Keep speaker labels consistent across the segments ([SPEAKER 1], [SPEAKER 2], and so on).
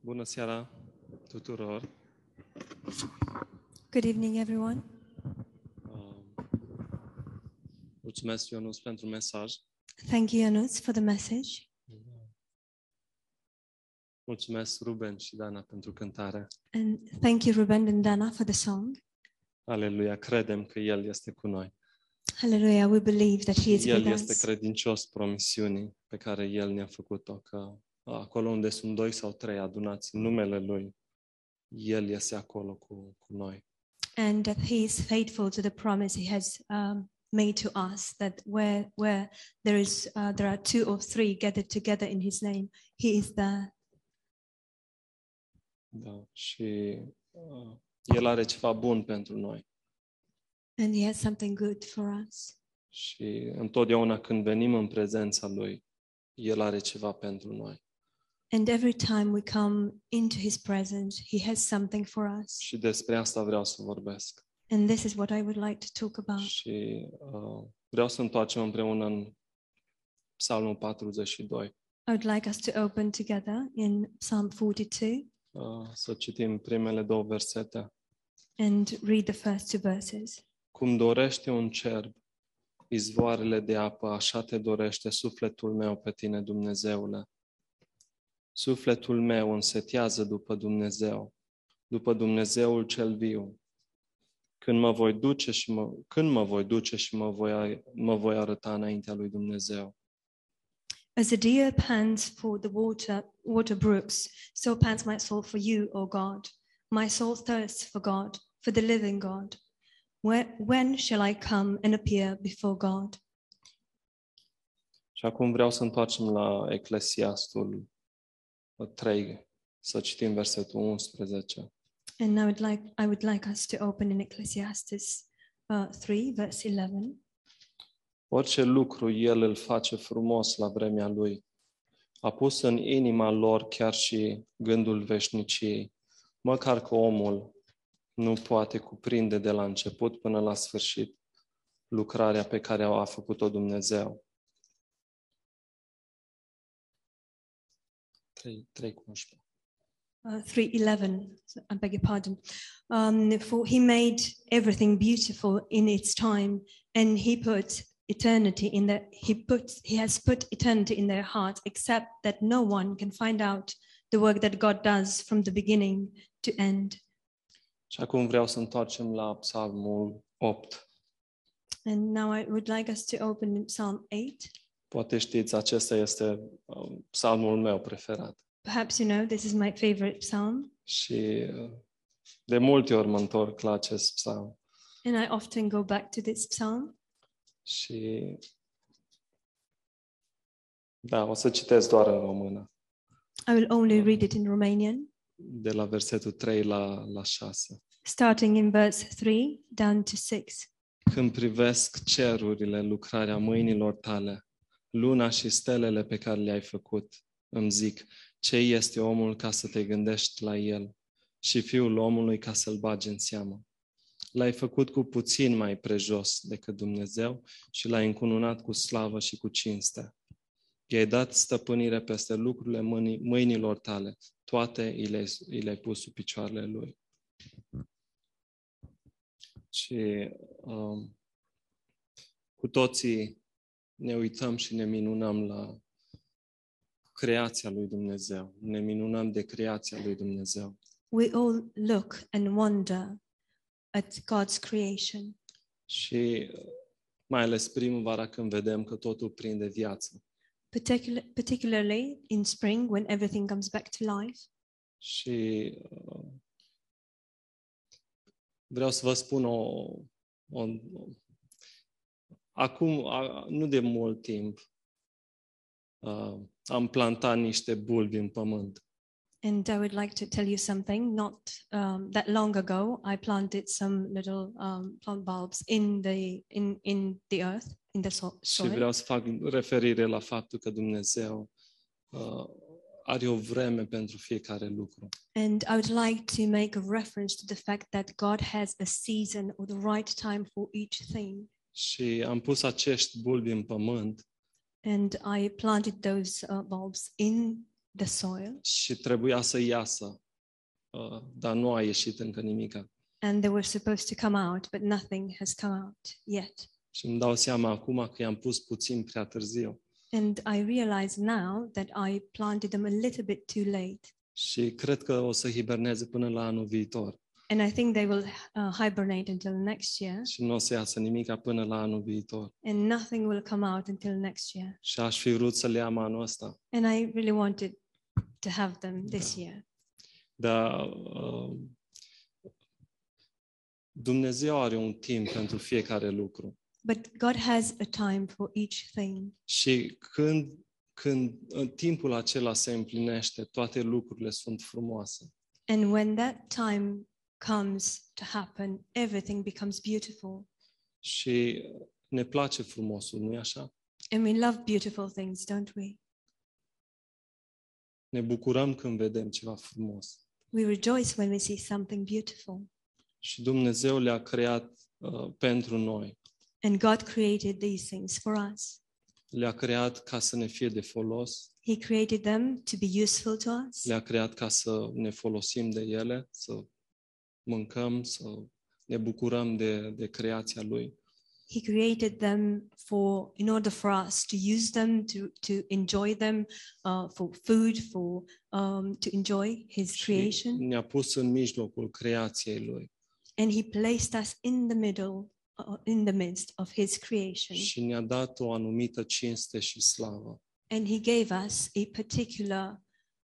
[SPEAKER 1] Bună seara tuturor!
[SPEAKER 2] Good evening, everyone.
[SPEAKER 1] Uh, Mulțumesc, Ionuț, pentru mesaj.
[SPEAKER 2] Thank you, Janus, for the message.
[SPEAKER 1] Mulțumesc, Ruben și Dana, pentru cântare.
[SPEAKER 2] And thank you, Ruben and Dana, for the song.
[SPEAKER 1] Aleluia! Credem că El este cu noi.
[SPEAKER 2] Hallelujah. We believe that He is
[SPEAKER 1] El
[SPEAKER 2] with
[SPEAKER 1] este
[SPEAKER 2] us.
[SPEAKER 1] credincios promisiunii pe care El ne-a făcut-o, că acolo unde sunt doi sau trei adunați în numele Lui, El este acolo cu, cu noi.
[SPEAKER 2] And that He is faithful to the promise He has um, made to us that where, where there, is, uh, there are two or three gathered together in His name, He is there.
[SPEAKER 1] Da. Și uh, El are ceva bun pentru noi.
[SPEAKER 2] And He has something good for us.
[SPEAKER 1] Și întotdeauna când venim în prezența Lui, El are ceva pentru noi.
[SPEAKER 2] And every time we come into His presence, He has something for us.
[SPEAKER 1] Și despre asta vreau să vorbesc.
[SPEAKER 2] And this is what I would like to talk about.
[SPEAKER 1] Și uh, vreau să întoarcem împreună în Psalmul 42,
[SPEAKER 2] I would like us to open together in Psalm 42.
[SPEAKER 1] uh, să citim primele două versete.
[SPEAKER 2] and read the first two verses.
[SPEAKER 1] Cum dorește un cerb izvoarele de apă, așa te dorește sufletul meu pe tine, Dumnezeule. Sufletul meu însetează după Dumnezeu, după Dumnezeul cel viu. Când mă voi duce și mă, când mă voi duce și mă voi, mă voi arăta înaintea lui Dumnezeu.
[SPEAKER 2] As a deer pants for the water, water brooks, so pants my soul for you, O God. My soul thirsts for God, for the living God. Where, when shall I come and appear before God?
[SPEAKER 1] Și acum vreau să întoarcem la Eclesiastul 3, să citim versetul 11.
[SPEAKER 2] And I would like, I would like us to open in Ecclesiastes uh, 3, verse 11.
[SPEAKER 1] Orice lucru el îl face frumos la vremea lui. A pus în inima lor chiar și gândul veșniciei, măcar că omul nu poate cuprinde de la început până la sfârșit lucrarea pe care a făcut-o Dumnezeu. 3, 3 cu 11.
[SPEAKER 2] Uh, 3:11 i beg your pardon um, for he made everything beautiful in its time and he put eternity in their he put he has put eternity in their heart except that no one can find out the work that god does from the beginning to end
[SPEAKER 1] Și acum vreau să întoarcem la Psalmul 8.
[SPEAKER 2] and now i would like us to open in psalm 8
[SPEAKER 1] Poate știți, acesta este uh, psalmul meu preferat.
[SPEAKER 2] perhaps you know this is my favorite psalm
[SPEAKER 1] Și uh, de multe ori mă întorc la acest psalm.
[SPEAKER 2] and i often go back to this psalm
[SPEAKER 1] Și da, o să citesc doar în română,
[SPEAKER 2] i will only read it in romanian
[SPEAKER 1] de la versetul 3 la, la 6.
[SPEAKER 2] starting in verse 3 down to 6
[SPEAKER 1] Când privesc cerurile, lucrarea mâinilor tale, luna și stelele pe care le-ai făcut, îmi zic, ce este omul ca să te gândești la el și fiul omului ca să-l bagi în seamă. L-ai făcut cu puțin mai prejos decât Dumnezeu și l-ai încununat cu slavă și cu cinste. I-ai dat stăpânire peste lucrurile mâni- mâinilor tale, toate i le-ai, i le-ai pus sub picioarele lui. Și um, cu toții ne uităm și ne minunăm la creația lui Dumnezeu. Ne minunăm de creația lui Dumnezeu.
[SPEAKER 2] we all look and wonder at God's creation,
[SPEAKER 1] Și uh, mai ales primăvara când vedem că totul prinde viață.
[SPEAKER 2] particular, particularly in spring when everything comes back to life.
[SPEAKER 1] Și uh, vreau să vă spun o... o acum, a, nu de mult timp, uh, am plantat niște bulbi în pământ.
[SPEAKER 2] And I would like to tell you something. Not um, that long ago, I planted some little um, plant bulbs in the in in the earth in the so-
[SPEAKER 1] Și
[SPEAKER 2] soil.
[SPEAKER 1] vreau să fac referire la faptul că Dumnezeu uh, are o vreme pentru fiecare lucru.
[SPEAKER 2] And I would like to make a reference to the fact that God has a season or the right time for each thing.
[SPEAKER 1] Și am pus acești bulbi în pământ
[SPEAKER 2] And I planted those uh, bulbs in the soil,
[SPEAKER 1] și trebuia să iasă, uh, dar nu a ieșit încă nimica.
[SPEAKER 2] and they were supposed to come out, but nothing has come out yet.
[SPEAKER 1] Și îmi dau seama acum că i-am pus puțin prea târziu
[SPEAKER 2] And I realize now that I planted them a little bit too late,
[SPEAKER 1] și cred că o să hiberneze până la anul viitor
[SPEAKER 2] and I think they will uh, hibernate until next year,
[SPEAKER 1] și nu o să iasă nimica până la anul viitor.
[SPEAKER 2] and nothing will come out until next year.
[SPEAKER 1] Și aș fi vrut să le am anul ăsta,
[SPEAKER 2] And I really wanted to have them this year,
[SPEAKER 1] dar uh, Dumnezeu are un timp pentru fiecare lucru.
[SPEAKER 2] but God has a time for each thing.
[SPEAKER 1] Și când, când în timpul acela se împlinește, toate lucrurile sunt frumoase.
[SPEAKER 2] And when that time comes to happen, everything becomes beautiful.
[SPEAKER 1] Și ne place frumosul, nu-i așa?
[SPEAKER 2] And we love beautiful things, don't we?
[SPEAKER 1] Ne bucurăm când vedem ceva frumos.
[SPEAKER 2] We rejoice when we see something beautiful.
[SPEAKER 1] Și Dumnezeu le-a creat uh, pentru noi.
[SPEAKER 2] And God created these things for us.
[SPEAKER 1] Le-a creat ca să ne fie de folos,
[SPEAKER 2] He created them to be useful to us.
[SPEAKER 1] le-a creat ca să ne folosim de ele, să mâncăm, să ne bucurăm de, de creația Lui.
[SPEAKER 2] He created them for in order for us to use them, to, to enjoy them, uh, for food, for um, to enjoy His
[SPEAKER 1] Și
[SPEAKER 2] creation.
[SPEAKER 1] ne-a pus în mijlocul creației Lui.
[SPEAKER 2] And He placed us in the middle, uh, in the midst of His creation.
[SPEAKER 1] Și ne-a dat o anumită cinste și slavă.
[SPEAKER 2] And He gave us a particular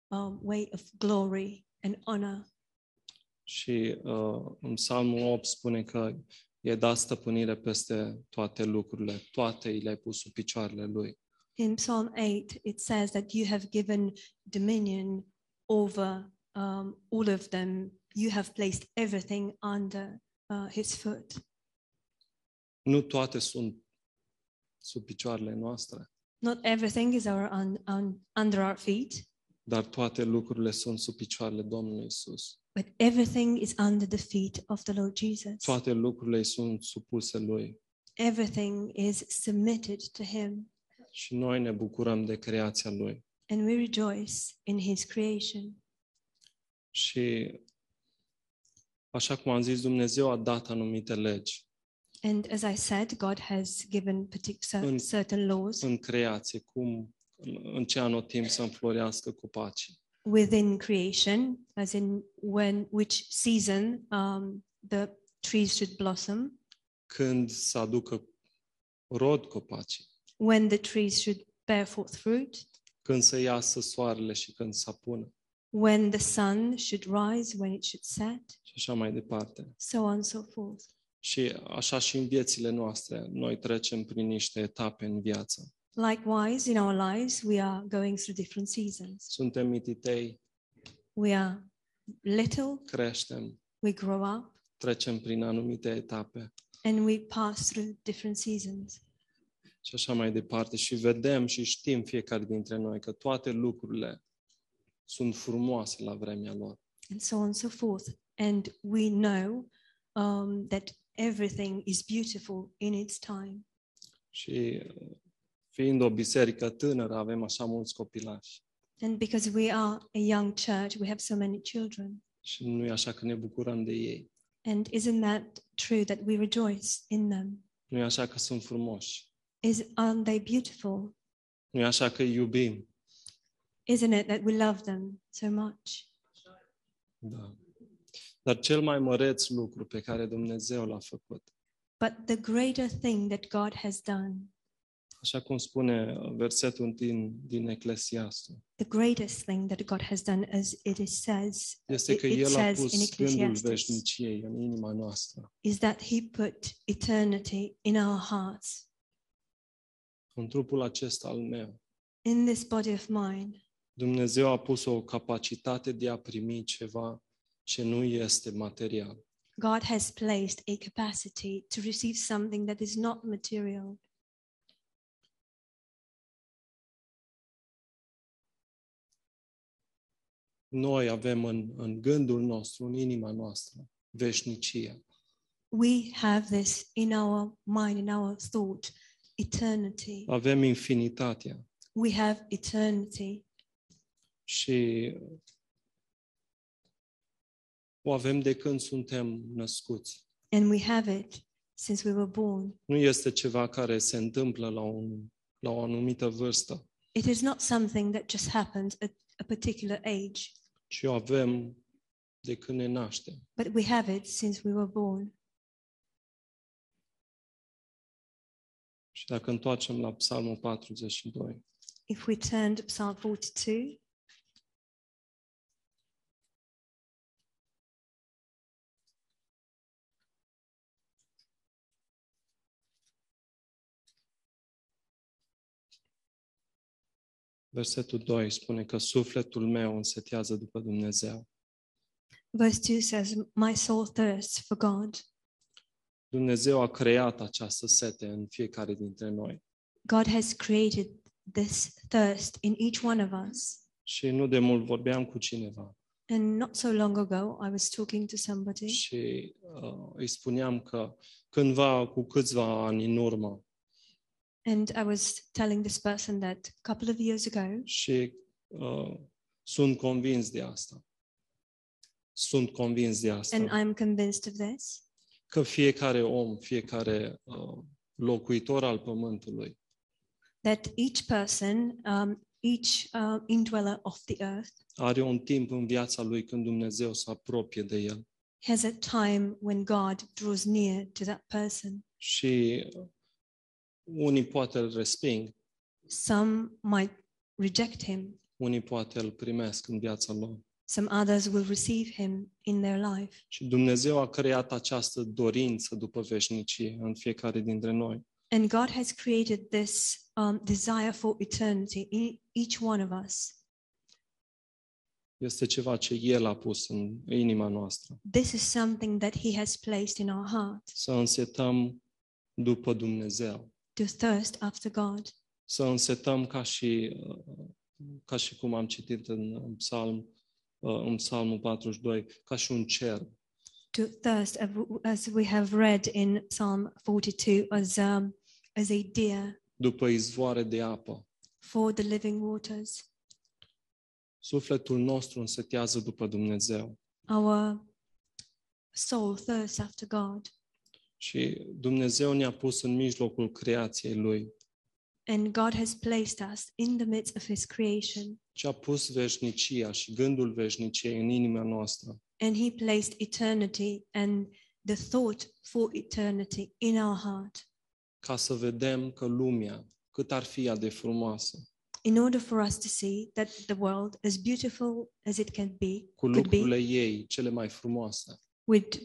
[SPEAKER 2] um, way of glory and honor.
[SPEAKER 1] Și uh, în Psalmul 8 spune că i-a dat stăpânire peste toate lucrurile, toate i le-ai pus sub picioarele lui.
[SPEAKER 2] In Psalm 8, it says that you have given dominion over um, all of them. You have placed everything under uh, his foot.
[SPEAKER 1] Nu toate sunt sub picioarele noastre,
[SPEAKER 2] Not everything is our un- un- under our feet,
[SPEAKER 1] dar toate lucrurile sunt sub picioarele Domnului Isus.
[SPEAKER 2] but everything is under the feet of the Lord Jesus.
[SPEAKER 1] Toate lucrurile îi sunt supuse lui
[SPEAKER 2] Everything is submitted to him,
[SPEAKER 1] și noi ne bucurăm de creația lui.
[SPEAKER 2] and we rejoice in his creation.
[SPEAKER 1] Și așa cum am zis, Dumnezeu a dat anumite legi
[SPEAKER 2] And as I said, God has given particular
[SPEAKER 1] În-
[SPEAKER 2] certain laws
[SPEAKER 1] în creație, cum în ce anotimp să înflorească copacii.
[SPEAKER 2] within creation, as in when which season um, the trees should blossom,
[SPEAKER 1] când să aducă rod copacii,
[SPEAKER 2] when the trees should bear forth fruit,
[SPEAKER 1] când să iasă soarele și când să apună
[SPEAKER 2] when the sun should rise, when it should set,
[SPEAKER 1] și așa mai departe.
[SPEAKER 2] so on and so forth.
[SPEAKER 1] Și așa și în viețile noastre, noi trecem prin niște etape în viață.
[SPEAKER 2] Likewise, in our lives, we are going through different seasons.
[SPEAKER 1] Suntem mititei,
[SPEAKER 2] We are little,
[SPEAKER 1] creștem,
[SPEAKER 2] we grow up,
[SPEAKER 1] trecem prin anumite etape
[SPEAKER 2] and we pass through different seasons.
[SPEAKER 1] și așa mai departe. Și vedem și știm fiecare dintre noi că toate lucrurile sunt frumoase la vremea lor.
[SPEAKER 2] and so on and so forth. And we know um, that everything is beautiful in its time.
[SPEAKER 1] Și uh, fiind o biserică tânără, avem așa mulți copilași.
[SPEAKER 2] And because we are a young church, we have so many children.
[SPEAKER 1] Și nu e așa că ne bucurăm de ei.
[SPEAKER 2] And isn't that true that we rejoice in them?
[SPEAKER 1] Nu e așa că sunt frumoși.
[SPEAKER 2] Is, aren't they beautiful?
[SPEAKER 1] Nu e așa că îi iubim.
[SPEAKER 2] Isn't it that we love them so much?
[SPEAKER 1] Da. Dar cel mai măreț lucru pe care Dumnezeu l-a făcut,
[SPEAKER 2] But the greater thing that God has done,
[SPEAKER 1] așa cum spune uh, versetul din, din Eclesiastul,
[SPEAKER 2] the greatest thing that God has done, as it is says,
[SPEAKER 1] este că
[SPEAKER 2] It- it
[SPEAKER 1] El a
[SPEAKER 2] says in
[SPEAKER 1] pus gândul
[SPEAKER 2] Ecclesiastes.
[SPEAKER 1] veșniciei în inima noastră.
[SPEAKER 2] is that He put eternity in our hearts,
[SPEAKER 1] În trupul acesta al meu,
[SPEAKER 2] in this body of mine.
[SPEAKER 1] Dumnezeu a pus o capacitate de a primi ceva ce nu este material.
[SPEAKER 2] God has placed a capacity to receive something that is not material.
[SPEAKER 1] Noi avem în, în gândul nostru, în inima noastră, veșnicia.
[SPEAKER 2] We have this in our mind, in our thought, eternity.
[SPEAKER 1] Avem infinitatea.
[SPEAKER 2] We have eternity.
[SPEAKER 1] și o avem de când suntem născuți.
[SPEAKER 2] and we have it since we were born.
[SPEAKER 1] Nu este ceva care se întâmplă la, un, la o anumită vârstă,
[SPEAKER 2] It is not something that just happens at a particular age,
[SPEAKER 1] ci o avem de când ne naștem.
[SPEAKER 2] but we have it since we were born.
[SPEAKER 1] Și dacă întoarcem la Psalmul 42,
[SPEAKER 2] If we turn to Psalm 42,
[SPEAKER 1] versetul 2 spune că sufletul meu însetează după Dumnezeu.
[SPEAKER 2] verse 2 says, My soul thirsts for God.
[SPEAKER 1] Dumnezeu a creat această sete în fiecare dintre noi
[SPEAKER 2] God has created this thirst in each one of us.
[SPEAKER 1] și nu de mult vorbeam cu cineva
[SPEAKER 2] And not so long ago, I was talking to somebody
[SPEAKER 1] și uh, îi spuneam că cândva, cu câțiva ani în urmă
[SPEAKER 2] And I was telling this person that a couple of years ago,
[SPEAKER 1] și uh, sunt convins de asta. Sunt convins de asta.
[SPEAKER 2] and I'm convinced of this,
[SPEAKER 1] Că fiecare om, fiecare uh, locuitor al pământului
[SPEAKER 2] that each person, um, each uh, indweller of the earth,
[SPEAKER 1] are un timp în viața lui când Dumnezeu se apropie de el.
[SPEAKER 2] has a time when God draws near to that person.
[SPEAKER 1] Și unii poate îl resping,
[SPEAKER 2] Some might reject him,
[SPEAKER 1] unii poate îl primesc în viața lor.
[SPEAKER 2] some others will receive him in their life.
[SPEAKER 1] Și Dumnezeu a creat această dorință după veșnicie în fiecare dintre noi.
[SPEAKER 2] And God has created this um, desire for eternity in each one of us.
[SPEAKER 1] Este ceva ce El a pus în inima noastră.
[SPEAKER 2] This is something that He has placed in our heart
[SPEAKER 1] Să însetăm după Dumnezeu.
[SPEAKER 2] to thirst after God.
[SPEAKER 1] Să însetăm ca și, uh, ca și cum am citit în în psalm, uh, în psalmul 42, ca și un cer
[SPEAKER 2] to thirst, as w- as we have read in Psalm 42, as, um, as a deer
[SPEAKER 1] după izvoare de apă.
[SPEAKER 2] for the living waters.
[SPEAKER 1] Sufletul nostru însetează după Dumnezeu.
[SPEAKER 2] Our soul thirsts after God,
[SPEAKER 1] Și Dumnezeu ne-a pus în mijlocul creației Lui
[SPEAKER 2] and God has placed us in the midst of His creation,
[SPEAKER 1] și a pus veșnicia și gândul veșniciei în inima noastră.
[SPEAKER 2] and He placed eternity and the thought for eternity in our heart
[SPEAKER 1] ca să vedem că lumea, cât ar fi ea de frumoasă,
[SPEAKER 2] in order for us to see that the world, as beautiful as it can be,
[SPEAKER 1] cu
[SPEAKER 2] could
[SPEAKER 1] lucrurile
[SPEAKER 2] be,
[SPEAKER 1] ei cele mai frumoase,
[SPEAKER 2] with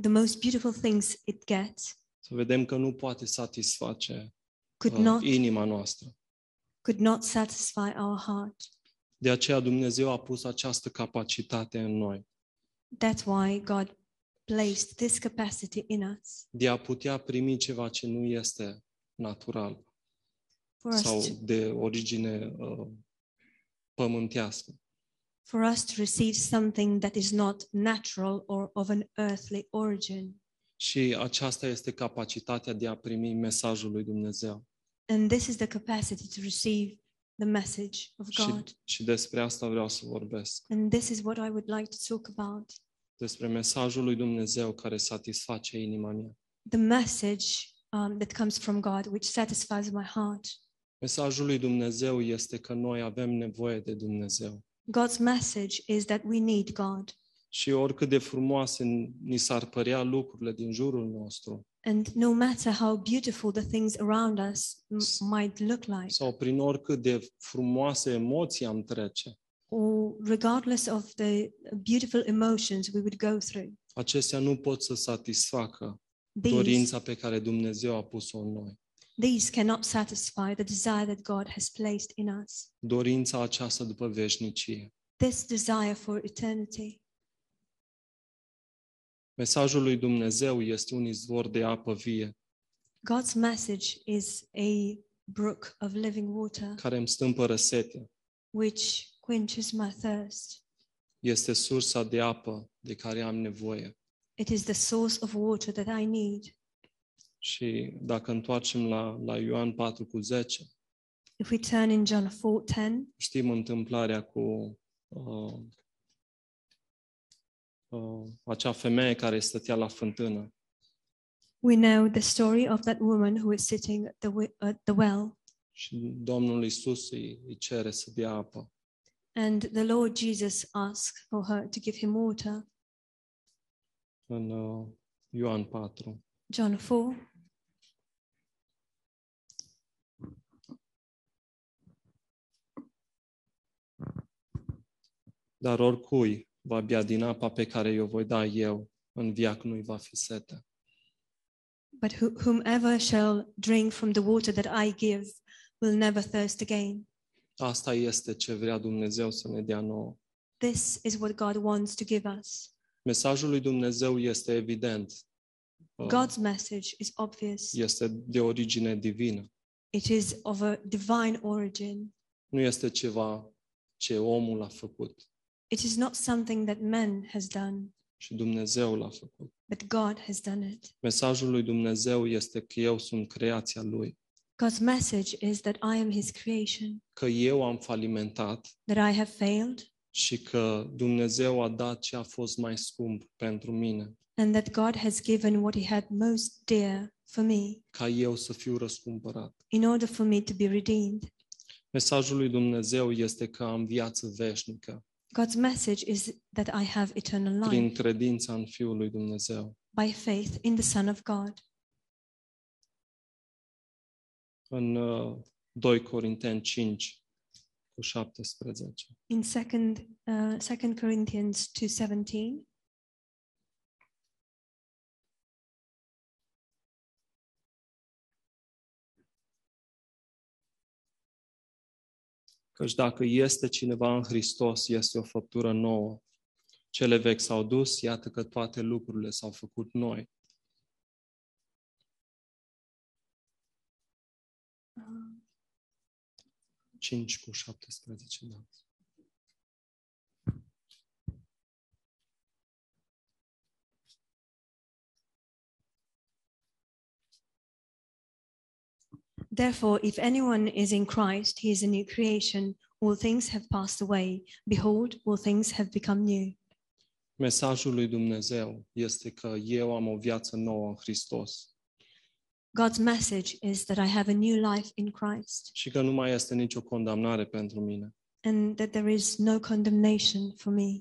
[SPEAKER 2] the most beautiful things it gets,
[SPEAKER 1] să vedem că nu poate satisface
[SPEAKER 2] could
[SPEAKER 1] uh,
[SPEAKER 2] not
[SPEAKER 1] inima noastră.
[SPEAKER 2] could not satisfy our heart.
[SPEAKER 1] De aceea Dumnezeu a pus această capacitate în noi,
[SPEAKER 2] That's why God placed this capacity in us
[SPEAKER 1] de a putea primi ceva ce nu este natural
[SPEAKER 2] for us,
[SPEAKER 1] sau
[SPEAKER 2] to,
[SPEAKER 1] de origine uh, pământească.
[SPEAKER 2] for us to receive something that is not natural or of an earthly origin.
[SPEAKER 1] Și aceasta este capacitatea de a primi mesajul lui Dumnezeu.
[SPEAKER 2] And this is the capacity to receive the message of
[SPEAKER 1] Și,
[SPEAKER 2] God.
[SPEAKER 1] și despre asta vreau să vorbesc.
[SPEAKER 2] And this is what I would like to talk about
[SPEAKER 1] despre mesajul lui Dumnezeu care satisface inima mea.
[SPEAKER 2] the message um, that comes from God, which satisfies my heart.
[SPEAKER 1] Mesajul lui Dumnezeu este că noi avem nevoie de Dumnezeu.
[SPEAKER 2] God's message is that we need God.
[SPEAKER 1] Și oricât de frumoase ni s-ar părea lucrurile din jurul nostru
[SPEAKER 2] And no matter how beautiful the things around us m-
[SPEAKER 1] S-
[SPEAKER 2] might look like,
[SPEAKER 1] sau prin oricât de frumoase emoții am trece,
[SPEAKER 2] or regardless of the beautiful emotions we would go through,
[SPEAKER 1] acestea nu pot să satisfacă
[SPEAKER 2] these,
[SPEAKER 1] dorința pe care Dumnezeu a pus-o în noi.
[SPEAKER 2] these cannot satisfy the desire that God has placed in us,
[SPEAKER 1] Dorința aceasta după veșnicie.
[SPEAKER 2] this desire for eternity.
[SPEAKER 1] Mesajul lui Dumnezeu este un izvor de apă vie
[SPEAKER 2] God's message is a brook of living water
[SPEAKER 1] care îmi stâmpără setea.
[SPEAKER 2] which quenches my thirst.
[SPEAKER 1] Este sursa de apă de care am nevoie.
[SPEAKER 2] It is the source of water that I need.
[SPEAKER 1] Și dacă întoarcem la, la Ioan 4 cu 10,
[SPEAKER 2] If we turn in John 4:10,
[SPEAKER 1] Știm întâmplarea cu uh, uh, acea femeie care stătea la fântână.
[SPEAKER 2] we know the story of that woman who is sitting at the, wi- at the well,
[SPEAKER 1] Și Domnul Isus îi, îi cere să dea apă.
[SPEAKER 2] and the Lord Jesus asks for her to give him water.
[SPEAKER 1] În uh, Ioan 4.
[SPEAKER 2] John 4.
[SPEAKER 1] Dar oricui va bea din apa pe care i-o voi da eu, în viac nu-i va fi sete.
[SPEAKER 2] But who- whomever shall drink from the water that I give will never thirst again.
[SPEAKER 1] Asta este ce vrea Dumnezeu să ne dea nouă.
[SPEAKER 2] This is what God wants to give us.
[SPEAKER 1] Mesajul lui Dumnezeu este evident. Uh,
[SPEAKER 2] God's message is obvious.
[SPEAKER 1] Este de origine divină.
[SPEAKER 2] It is of a divine origin.
[SPEAKER 1] Nu este ceva ce omul a făcut
[SPEAKER 2] It is not something that man has done,
[SPEAKER 1] și Dumnezeu l-a făcut.
[SPEAKER 2] but God has done it.
[SPEAKER 1] Mesajul lui Dumnezeu este că eu sunt creația lui,
[SPEAKER 2] God's message is that I am his creation,
[SPEAKER 1] că eu am falimentat
[SPEAKER 2] that I have failed,
[SPEAKER 1] și că Dumnezeu a dat ce a fost mai scump pentru mine,
[SPEAKER 2] and that God has given what he had most dear for me
[SPEAKER 1] ca eu să fiu răscumpărat.
[SPEAKER 2] in order for me to be redeemed.
[SPEAKER 1] Mesajul lui Dumnezeu este că am viață veșnică
[SPEAKER 2] God's message is that I have eternal
[SPEAKER 1] prin
[SPEAKER 2] life
[SPEAKER 1] credința în Fiul lui Dumnezeu.
[SPEAKER 2] by faith in the Son of God.
[SPEAKER 1] În uh, 2 Corinteni 5 cu 17.
[SPEAKER 2] In 2nd, uh, 2 Corinthians 2.17,
[SPEAKER 1] Căci dacă este cineva în Hristos, este o făptură nouă. Cele vechi s-au dus, iată că toate lucrurile s-au făcut noi.
[SPEAKER 2] um,
[SPEAKER 1] 5 cu 17, da.
[SPEAKER 2] Therefore, if anyone is in Christ, he is a new creation. All things have passed away. Behold, all things have become new.
[SPEAKER 1] Mesajul lui Dumnezeu este că eu am o viață nouă în Hristos
[SPEAKER 2] God's message is that I have a new life in Christ
[SPEAKER 1] și că nu mai este nicio condamnare pentru mine.
[SPEAKER 2] and that there is no condemnation for me.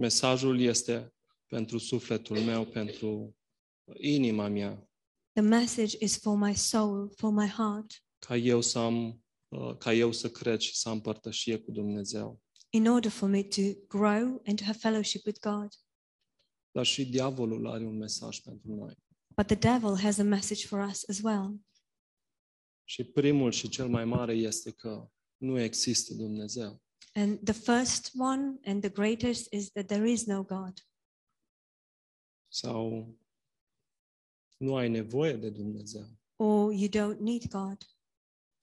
[SPEAKER 1] Mesajul este pentru sufletul meu, pentru uh, inima mea,
[SPEAKER 2] The message is for my soul, for my heart,
[SPEAKER 1] ca eu să am uh, ca eu să cred și să am părtășie cu Dumnezeu.
[SPEAKER 2] in order for me to grow and to have fellowship with God.
[SPEAKER 1] Dar și diavolul are un mesaj pentru noi.
[SPEAKER 2] But the devil has a message for us as well.
[SPEAKER 1] Și primul și cel mai mare este că nu există Dumnezeu.
[SPEAKER 2] And the first one and the greatest is that there is no God.
[SPEAKER 1] Sau nu ai nevoie de Dumnezeu.
[SPEAKER 2] or you don't need God.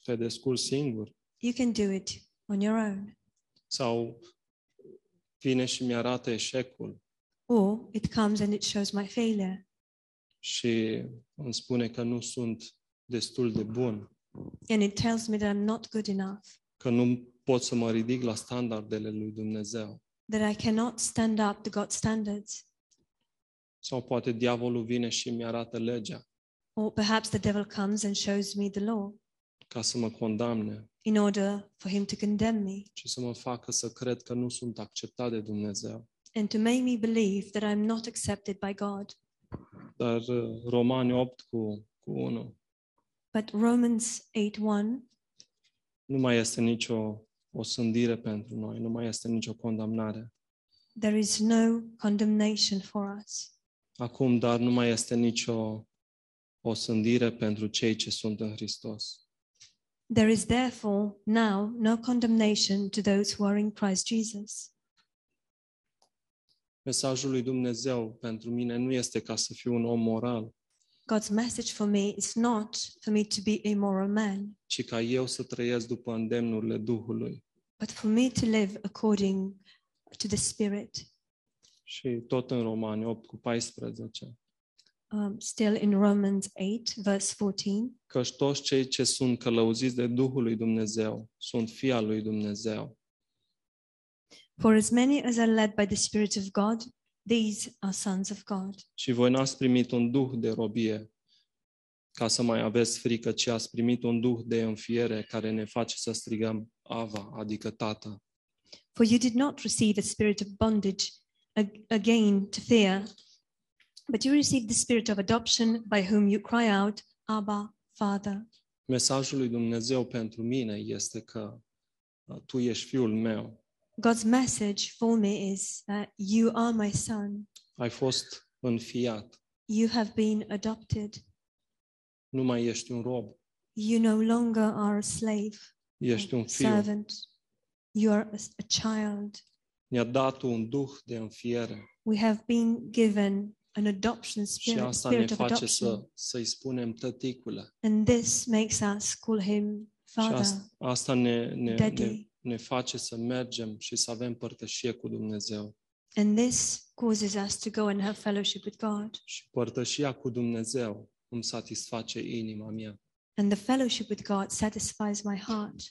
[SPEAKER 1] Te descurci singur.
[SPEAKER 2] You can do it on your own.
[SPEAKER 1] Sau vine și mi arată eșecul
[SPEAKER 2] Or it comes and it shows my failure.
[SPEAKER 1] și îmi spune că nu sunt destul de bun,
[SPEAKER 2] And it tells me that I'm not good enough,
[SPEAKER 1] că nu pot să mă ridic la standardele lui Dumnezeu.
[SPEAKER 2] that I cannot stand up to God's standards.
[SPEAKER 1] Sau poate diavolul vine și mi arată legea
[SPEAKER 2] Or perhaps the devil comes and shows me the law
[SPEAKER 1] ca să mă condamne
[SPEAKER 2] in order for him to condemn me
[SPEAKER 1] și să mă facă să cred că nu sunt acceptat de Dumnezeu.
[SPEAKER 2] and to make me believe that I'm not accepted by God.
[SPEAKER 1] Dar uh, Romani 8 cu, cu 1
[SPEAKER 2] But Romans 8 1,
[SPEAKER 1] nu mai este nicio osândire pentru noi, nu mai este nicio condamnare.
[SPEAKER 2] there is no condemnation for us.
[SPEAKER 1] Acum, dar nu mai este nicio osândire pentru cei ce sunt în Hristos.
[SPEAKER 2] There is therefore now no condemnation to those who are in Christ Jesus.
[SPEAKER 1] Mesajul lui Dumnezeu pentru mine nu este ca să fiu un om moral,
[SPEAKER 2] God's message for me is not for me to be a moral man,
[SPEAKER 1] ci ca eu să trăiesc după îndemnurile Duhului.
[SPEAKER 2] but for me to live according to the Spirit.
[SPEAKER 1] Și tot în Romani 8 cu 14.
[SPEAKER 2] um, still in Romans 8, verse 14.
[SPEAKER 1] căci toți cei ce sunt călăuziți de Duhul lui Dumnezeu sunt fii al lui Dumnezeu.
[SPEAKER 2] For as many as are led by the Spirit of God, these are sons of God.
[SPEAKER 1] Și voi n-ați primit un duh de robie ca să mai aveți frică, ci ați primit un duh de înfiere care ne face să strigăm Ava, adică Tată.
[SPEAKER 2] For you did not receive a spirit of bondage ag- again to fear, but you received the spirit of adoption by whom you cry out, Abba, Father.
[SPEAKER 1] Mesajul lui Dumnezeu pentru mine este că uh, Tu ești Fiul meu.
[SPEAKER 2] God's message for me is uh, You are my son.
[SPEAKER 1] Ai fost înfiat.
[SPEAKER 2] You have been adopted.
[SPEAKER 1] Nu mai ești un rob.
[SPEAKER 2] You no longer are a slave,
[SPEAKER 1] Ești un fiu.
[SPEAKER 2] servant. You are a, s- a child.
[SPEAKER 1] Ne-a dat un duh de înfiere
[SPEAKER 2] We have been given an adoption
[SPEAKER 1] și
[SPEAKER 2] spirit,
[SPEAKER 1] asta ne
[SPEAKER 2] spirit of
[SPEAKER 1] face
[SPEAKER 2] adoption.
[SPEAKER 1] să, să-i spunem tăticule.
[SPEAKER 2] And this makes us call him
[SPEAKER 1] Și
[SPEAKER 2] Father,
[SPEAKER 1] asta, asta ne, ne, ne,
[SPEAKER 2] Daddy.
[SPEAKER 1] ne face să mergem și să avem părtășie cu Dumnezeu.
[SPEAKER 2] And this causes us to go and have fellowship with God.
[SPEAKER 1] Și părtășia cu Dumnezeu îmi satisface inima mea.
[SPEAKER 2] And the fellowship with God satisfies my heart.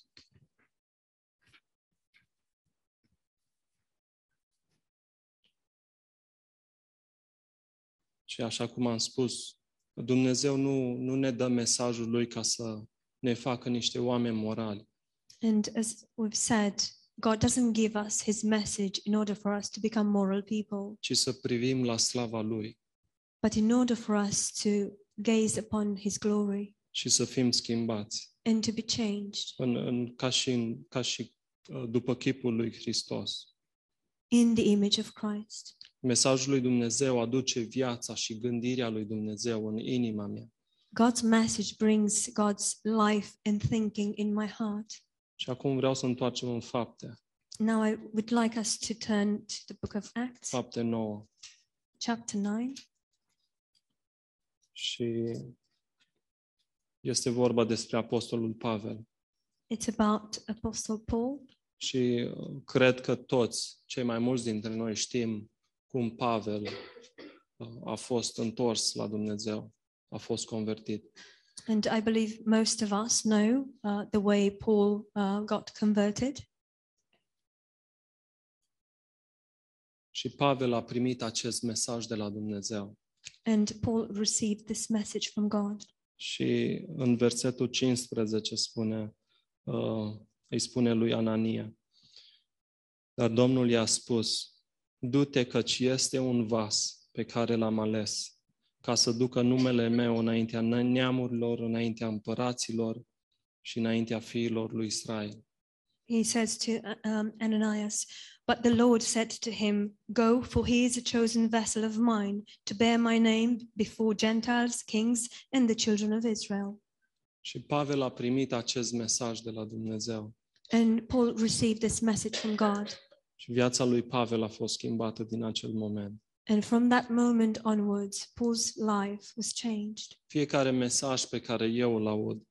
[SPEAKER 1] Și așa cum am spus, Dumnezeu nu, nu ne dă mesajul Lui ca să ne facă niște oameni morali,
[SPEAKER 2] And as we've said, God doesn't give us his message in order for us to become moral people,
[SPEAKER 1] ci să privim la slava Lui
[SPEAKER 2] but in order for us to gaze upon his glory
[SPEAKER 1] și să fim schimbați,
[SPEAKER 2] and to be changed
[SPEAKER 1] în, în, ca și, în, ca și uh, după chipul Lui Hristos.
[SPEAKER 2] in the image of Christ.
[SPEAKER 1] Mesajul Lui Dumnezeu aduce viața și gândirea Lui Dumnezeu în inima mea.
[SPEAKER 2] God's message brings God's life and thinking in my heart.
[SPEAKER 1] Și acum vreau să întoarcem în fapte,
[SPEAKER 2] Now I would like us to turn to the book of Acts,
[SPEAKER 1] fapte 9.
[SPEAKER 2] chapter 9.
[SPEAKER 1] Și este vorba despre Apostolul Pavel.
[SPEAKER 2] It's about Apostle Paul.
[SPEAKER 1] Și uh, cred că toți, cei mai mulți dintre noi știm cum Pavel uh, a fost întors la Dumnezeu, a fost convertit.
[SPEAKER 2] And I believe most of us know uh, the way Paul uh, got converted.
[SPEAKER 1] Și Pavel a primit acest mesaj de la Dumnezeu.
[SPEAKER 2] And Paul received this message from God.
[SPEAKER 1] Și în versetul 15 spune, uh, îi spune lui Anania, dar Domnul i-a spus, du-te căci este un vas pe care l-am ales, ca să ducă numele meu înaintea ne- neamurilor, înaintea împăraților și înaintea fiilor lui Israel.
[SPEAKER 2] He says to uh, um, Ananias, But the Lord said to him, Go, for he is a chosen vessel of mine to bear my name before Gentiles, kings, and the children of Israel.
[SPEAKER 1] Și Pavel a primit acest mesaj de la Dumnezeu.
[SPEAKER 2] And Paul received this message from God.
[SPEAKER 1] Și viața lui Pavel a fost schimbată din acel moment.
[SPEAKER 2] And from that moment onwards, Paul's life was changed.
[SPEAKER 1] Fiecare mesaj pe care eu îl aud,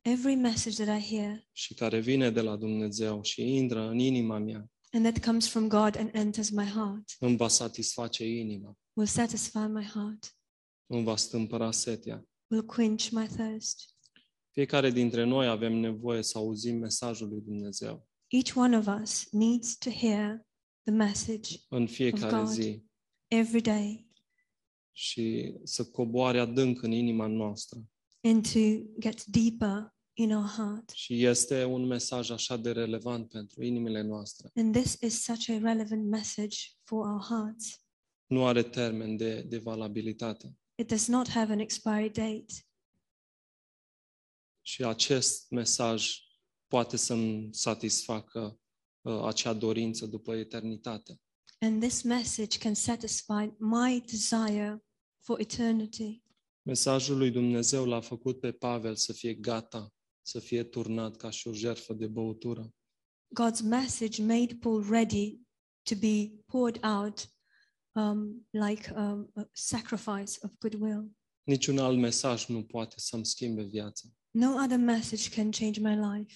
[SPEAKER 2] Every message that I hear
[SPEAKER 1] și care vine de la Dumnezeu și intră în inima mea,
[SPEAKER 2] and that comes from God and enters my heart
[SPEAKER 1] îmi va satisface inima,
[SPEAKER 2] will satisfy my heart,
[SPEAKER 1] îmi va stâmpăra setea.
[SPEAKER 2] will quench my thirst.
[SPEAKER 1] Fiecare dintre noi avem nevoie să auzim mesajul lui Dumnezeu
[SPEAKER 2] Each one of us needs to hear the message
[SPEAKER 1] în fiecare
[SPEAKER 2] God.
[SPEAKER 1] zi
[SPEAKER 2] every day
[SPEAKER 1] și să coboare adânc în inima noastră.
[SPEAKER 2] and to get deeper in our heart.
[SPEAKER 1] Și este un mesaj așa de relevant pentru inimile noastre.
[SPEAKER 2] And this is such a relevant message for our hearts.
[SPEAKER 1] Nu are termen de, de valabilitate.
[SPEAKER 2] It does not have an expiry date,
[SPEAKER 1] Și acest mesaj poate să-mi satisfacă uh, acea dorință după eternitate.
[SPEAKER 2] and this message can satisfy my desire for eternity.
[SPEAKER 1] Mesajul lui Dumnezeu l-a făcut pe Pavel să fie gata, să fie turnat ca și o jertfă de băutură.
[SPEAKER 2] God's message made Paul ready to be poured out um, like um, a sacrifice of goodwill.
[SPEAKER 1] Niciun alt mesaj nu poate să-mi schimbe viața.
[SPEAKER 2] No other message can change my life.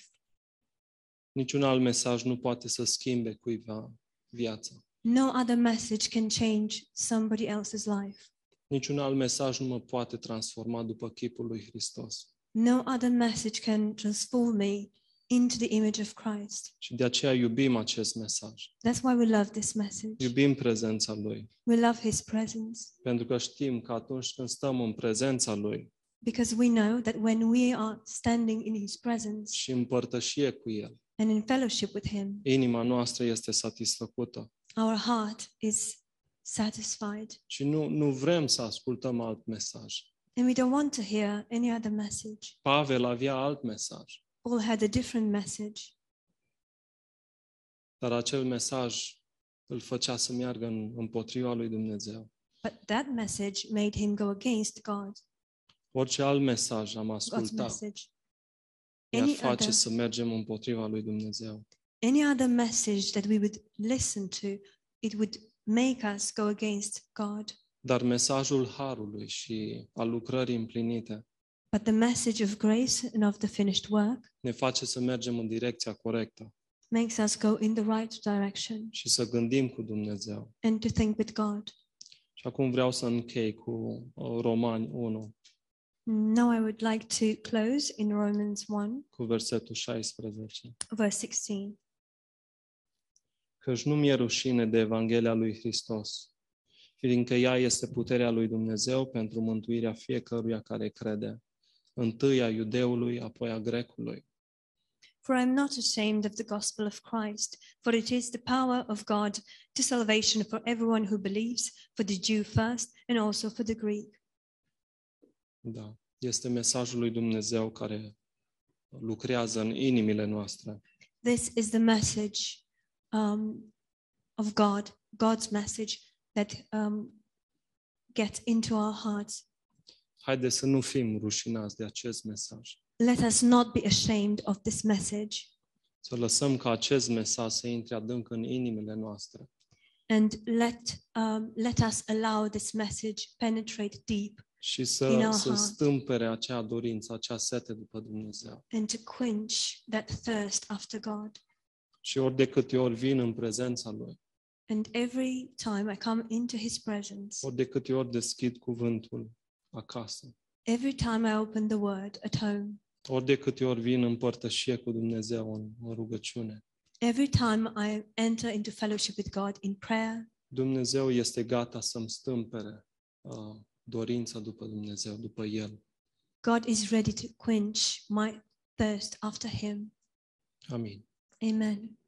[SPEAKER 1] Niciun alt mesaj nu poate să schimbe cuiva viața.
[SPEAKER 2] No other message can change somebody else's life.
[SPEAKER 1] Niciun alt mesaj nu mă poate transforma după chipul lui Hristos.
[SPEAKER 2] No other message can transform me into the image of Christ.
[SPEAKER 1] Și de aceea iubim acest mesaj.
[SPEAKER 2] That's why we love this message.
[SPEAKER 1] Iubim prezența Lui.
[SPEAKER 2] We love His presence
[SPEAKER 1] Pentru că știm că atunci când stăm în prezența Lui
[SPEAKER 2] because we know that when we are standing in His presence
[SPEAKER 1] și în părtășie cu El,
[SPEAKER 2] and in fellowship with Him,
[SPEAKER 1] inima noastră este satisfăcută.
[SPEAKER 2] our heart is satisfied
[SPEAKER 1] Și nu, nu vrem să ascultăm alt mesaj.
[SPEAKER 2] and we don't want to hear any other message.
[SPEAKER 1] Pavel avea alt mesaj,
[SPEAKER 2] All had a different message,
[SPEAKER 1] dar acel mesaj îl făcea să meargă în, împotriva lui Dumnezeu.
[SPEAKER 2] but that message made him go against God,
[SPEAKER 1] Orice alt mesaj am
[SPEAKER 2] God's
[SPEAKER 1] ascultat
[SPEAKER 2] message.
[SPEAKER 1] ne-ar
[SPEAKER 2] Any
[SPEAKER 1] face
[SPEAKER 2] other,
[SPEAKER 1] să mergem împotriva lui Dumnezeu.
[SPEAKER 2] any other message that we would listen to, it would make us go against God.
[SPEAKER 1] Dar mesajul harului și al lucrării împlinite
[SPEAKER 2] But the message of grace and of the finished work
[SPEAKER 1] ne face să mergem în direcția corectă
[SPEAKER 2] makes us go in the right direction
[SPEAKER 1] și să gândim cu Dumnezeu.
[SPEAKER 2] and to think with God.
[SPEAKER 1] Și acum vreau să închei cu uh, Romani 1,
[SPEAKER 2] Now I would like to close in Romans 1,
[SPEAKER 1] cu versetul 16.
[SPEAKER 2] verse 16.
[SPEAKER 1] căci nu mi-e rușine de Evanghelia lui Hristos, fiindcă ea este puterea lui Dumnezeu pentru mântuirea fiecăruia care crede, întâi a iudeului, apoi a grecului.
[SPEAKER 2] For I am not ashamed of the gospel of Christ, for it is the power of God to salvation for everyone who believes, for the Jew first and also for the Greek.
[SPEAKER 1] Da, este mesajul lui Dumnezeu care lucrează în inimile noastre
[SPEAKER 2] This is the message um, of God, God's message that um, gets into our hearts.
[SPEAKER 1] Haideți să nu fim rușinați de acest mesaj.
[SPEAKER 2] Let us not be ashamed of this message.
[SPEAKER 1] Să lăsăm ca acest mesaj să intre adânc în inimile noastre
[SPEAKER 2] and let um, let us allow this message penetrate deep
[SPEAKER 1] și
[SPEAKER 2] Din
[SPEAKER 1] să,
[SPEAKER 2] our
[SPEAKER 1] să
[SPEAKER 2] heart.
[SPEAKER 1] stâmpere acea dorință, acea sete după Dumnezeu.
[SPEAKER 2] and to quench that thirst after God.
[SPEAKER 1] Și ori de câte ori vin în prezența Lui,
[SPEAKER 2] And every time I come into His presence,
[SPEAKER 1] Ori de câte ori deschid cuvântul acasă,
[SPEAKER 2] every time I open the Word at home,
[SPEAKER 1] ori de câte ori vin în părtășie cu Dumnezeu în, în rugăciune,
[SPEAKER 2] every time I enter into fellowship with God in prayer,
[SPEAKER 1] Dumnezeu este gata să-mi stâmpere uh, dorința după Dumnezeu, după El.
[SPEAKER 2] God is ready to quench my thirst after Him.
[SPEAKER 1] Amin.
[SPEAKER 2] Amen.